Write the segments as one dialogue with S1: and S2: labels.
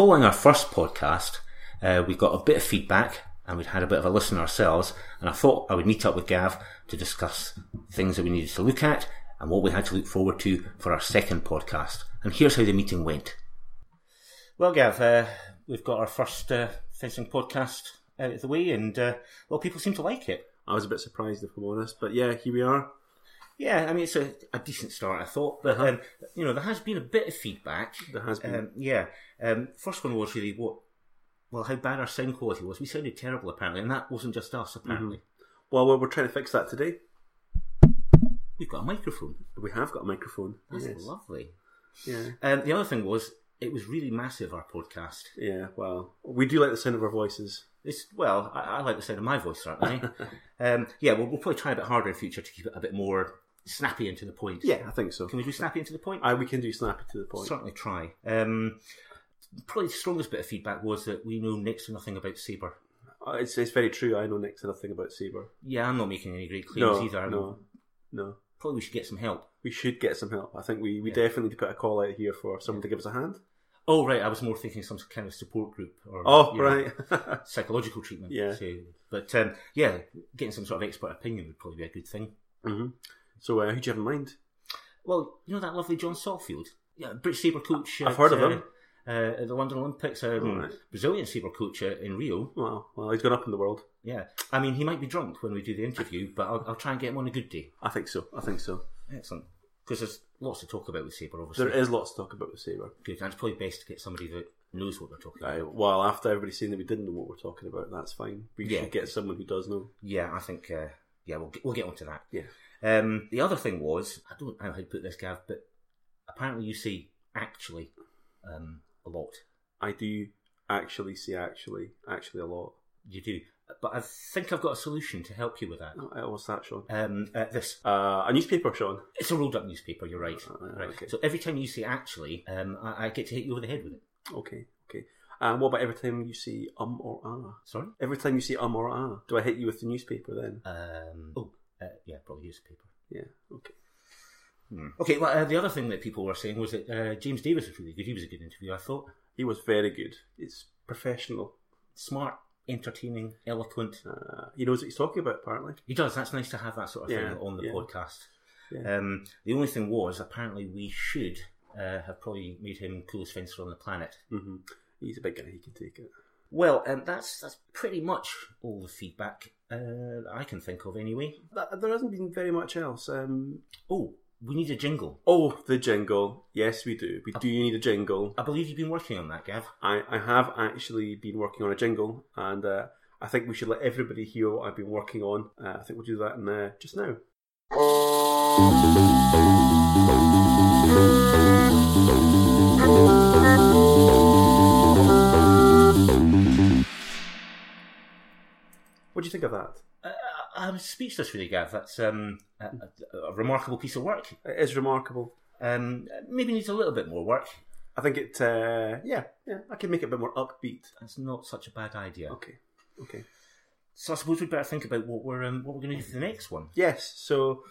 S1: Following our first podcast, uh, we got a bit of feedback and we'd had a bit of a listen ourselves. And I thought I would meet up with Gav to discuss things that we needed to look at and what we had to look forward to for our second podcast. And here's how the meeting went. Well, Gav, uh, we've got our first uh, fencing podcast out of the way, and uh, well, people seem to like it.
S2: I was a bit surprised, if I'm honest, but yeah, here we are.
S1: Yeah, I mean, it's a, a decent start, I thought. But, um, you know, there has been a bit of feedback.
S2: There has been.
S1: Um, yeah. Um, first one was really what, well, how bad our sound quality was. We sounded terrible, apparently, and that wasn't just us, apparently.
S2: Mm-hmm. Well, we're, we're trying to fix that today.
S1: We've got a microphone.
S2: We have got a microphone.
S1: That's
S2: Yes.
S1: lovely.
S2: Yeah,
S1: Um, the other thing was, it was really massive, our podcast.
S2: yeah. Well, we do like the sound of our voices.
S1: It's, well, I, I like the sound of my voice, certainly. um, yeah, well, we'll probably try a bit harder in future to keep it a bit more snappy and to the point.
S2: Yeah, I think so.
S1: Can we do snappy and to the point?
S2: I, we can do snappy to the point.
S1: Certainly try. Um, probably the strongest bit of feedback was that we know next to nothing about Sabre.
S2: Uh, It's, it's very true. I know next to nothing about Saber.
S1: Yeah, I'm not making any great claims
S2: No,
S1: either. I'm-
S2: no, no.
S1: Probably we should get some help.
S2: We should get some help. I think we, we definitely need to put a call out here for someone to give us a hand.
S1: Oh, right, I was more thinking some kind of support group or
S2: Oh,
S1: you know,
S2: right.
S1: psychological treatment.
S2: Yeah.
S1: So, but um, yeah, getting some sort of expert opinion would probably be a good thing.
S2: hmm So, uh, who do you have in mind?
S1: Well, you know that lovely John Salfield, yeah, British sabre coach.
S2: I've
S1: at,
S2: heard of
S1: uh,
S2: him. Oh,
S1: Uh, at the London Olympics, um,
S2: Alright.
S1: Brazilian sabre coach uh, in Rio.
S2: Well, well, he's gone up in the world.
S1: Yeah, I mean he might be drunk when we do the interview, but I'll, I'll try and get him on a good day.
S2: I think so. I think so.
S1: Excellent, because there's lots to talk about with sabre. Obviously,
S2: There is lots to talk about with Saber.
S1: good. And it's probably best to get somebody that knows what they're talking about.
S2: Right, well, after everybody's seen that we didn't know what we're talking about, that's fine. We
S1: Yeah.
S2: should get someone who does know.
S1: Yeah, I think. Uh, yeah, we'll get, we'll get onto that.
S2: Yeah.
S1: Um, the other thing was, I don't know how to put this, Gav, but apparently you say actually um, a lot.
S2: I do actually see actually, actually a lot.
S1: You do. But I think I've got a solution to help you with that.
S2: Oh, What's that, Sean?
S1: Um, uh, this
S2: Uh, a newspaper, Sean.
S1: it's a rolled up newspaper. You're right.
S2: Uh,
S1: right.
S2: okay.
S1: So every time you say actually, um, I, I get to hit you over the head with it.
S2: Okay, okay. And what about every time you see um or ah?
S1: Sorry.
S2: Every time you see um or ah, do I hit you with the newspaper then?
S1: Um, oh, uh, yeah, probably use paper.
S2: Yeah, okay. Hmm.
S1: Okay. Well, uh, the other thing that people were saying was that uh, James Davis was really good. He was a good interview. I thought
S2: He was very good. It's professional.
S1: smart, entertaining, eloquent.
S2: Uh, he knows what he's talking about, apparently.
S1: He does. That's nice to have that sort of
S2: Yeah,
S1: thing on the
S2: yeah.
S1: podcast.
S2: Yeah.
S1: Um, the only thing was, apparently, we should uh, have probably made him coolest fencer on the planet.
S2: hmm He's a big guy, he can take it.
S1: Well, um, that's that's pretty much all the feedback uh, that I can think of, anyway.
S2: But there hasn't been very much else. Um,
S1: Oh, we need a jingle.
S2: oh, the jingle. Yes, we do. We do need a jingle.
S1: I believe you've been working on that, Gav.
S2: I, I have actually been working on a jingle, and uh, I think we should let everybody hear what I've been working on. Uh, I think we'll do that in, uh, just now. What do you think of that?
S1: Uh, I'm speechless, really, Gav. That's um, a, a, a remarkable piece of work.
S2: It is remarkable.
S1: Um, maybe needs a little bit more work.
S2: I think it, uh, yeah, yeah, I can make it a bit more upbeat.
S1: That's not such a bad idea.
S2: Okay, okay.
S1: So I suppose we'd better think about what we're um, what we're going to do for the next one.
S2: Yes. So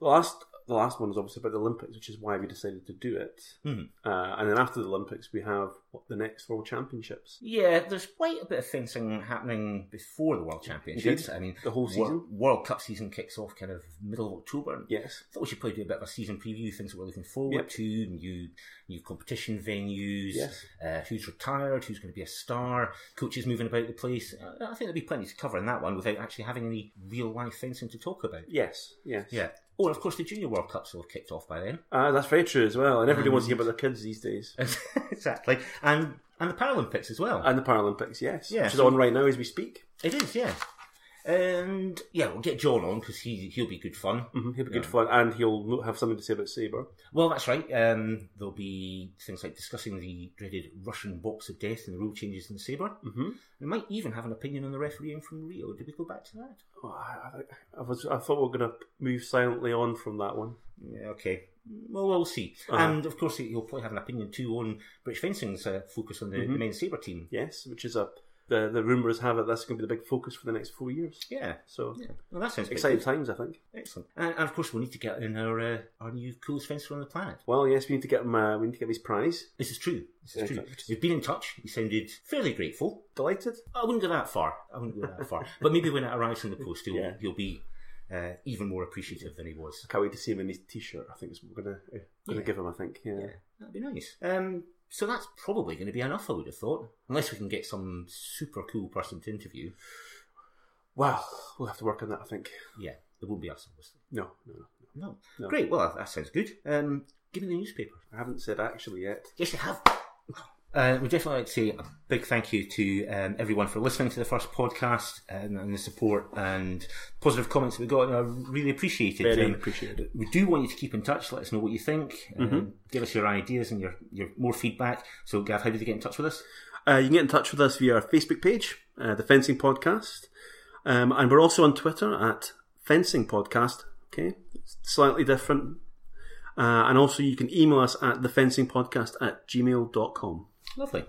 S2: the last the last one is obviously about the Olympics, which is why we decided to do it.
S1: Mhm.
S2: Uh, and then after the Olympics, we have what, the next World Championships.
S1: Yeah, there's quite a bit of fencing happening before the World Championships.
S2: Indeed.
S1: I mean,
S2: The whole
S1: Wor-
S2: season.
S1: World Cup season kicks off kind of middle of October.
S2: Yes.
S1: Thought we should probably do a bit of a season preview, things that we're looking forward
S2: Yep.
S1: to, new new competition venues,
S2: Yes.
S1: uh, who's retired, who's going to be a star, coaches moving about the place. Uh, I think there'll be plenty to cover in that one without actually having any real life fencing to talk about.
S2: Yes. Yes.
S1: Yeah. Or, Oh, of course, the Junior World Cups will have kicked off by then.
S2: Uh, that's very true as well. And everybody wants to hear about their kids these days.
S1: exactly. And and the Paralympics as well.
S2: And the Paralympics, yes.
S1: Yeah.
S2: Which is on right now as we speak.
S1: It is, yeah. And yeah, we'll get John on because he he'll be good fun.
S2: Mm-hmm. He'll be good fun. And he'll no- have something to say about Sabre.
S1: Well, that's right. Um, there'll be things like discussing the dreaded Russian box of death and the rule changes in the saber.
S2: Mm-hmm.
S1: We might even have an opinion on the refereeing from Rio. Did we go back to that?
S2: Oh, I, I, I, was, I thought we were going to move silently on from that one.
S1: Yeah, okay. Well, we'll see.
S2: Uh-huh.
S1: And of
S2: Mm-hmm.
S1: course, he'll probably have an opinion too on British fencing's uh, focus on the, the men's saber team.
S2: Yes, which is a the the rumours have it that's going to be the big focus for the next four years.
S1: Yeah.
S2: So
S1: Yeah. Well, that sounds
S2: exciting
S1: exciting.
S2: times, I think.
S1: Excellent. And, and of course, we need to get in our uh, our new coolest fencer on the planet.
S2: Well, yes, we need to get him. Uh, we need to get him his prize.
S1: This is true. This is true.
S2: Excellent.
S1: You've been in touch. You sounded fairly grateful.
S2: Delighted.
S1: I wouldn't go that far. I wouldn't go that far. But maybe when it arrives in the post, he'll,
S2: Yeah.
S1: he'll be uh, even more appreciative than he was.
S2: Can't wait to see him in his t-shirt. I think is what we're gonna uh, gonna
S1: Yeah.
S2: give him. I think. Yeah.
S1: That'd be nice. Um, so that's probably going to be enough, I would have thought, unless we can get some super cool person to interview.
S2: Well, we'll have to work on that. I think.
S1: Yeah, it won't be us, obviously.
S2: No, no, no.
S1: No.
S2: No.
S1: Great. Well, that sounds good. Um, give me the newspaper.
S2: I haven't said actually yet.
S1: Yes, you have. Uh, we'd definitely like to say a big thank you to um, everyone for listening to the first podcast and, and the support and positive comments that we got. And I really appreciate it.
S2: Very
S1: Um,
S2: appreciated.
S1: we do want you to keep in touch. Let us know what you think. Um, give us your ideas and your, your more feedback. So, Gav, how did you get in touch with us?
S2: Uh, you can get in touch with us via our Facebook page, uh, The Fencing Podcast. Um, and we're also on Twitter at Fencing Podcast. Okay, it's slightly different. Uh, and also, you can email us at thefencingpodcast at gmail.com.
S1: Lovely.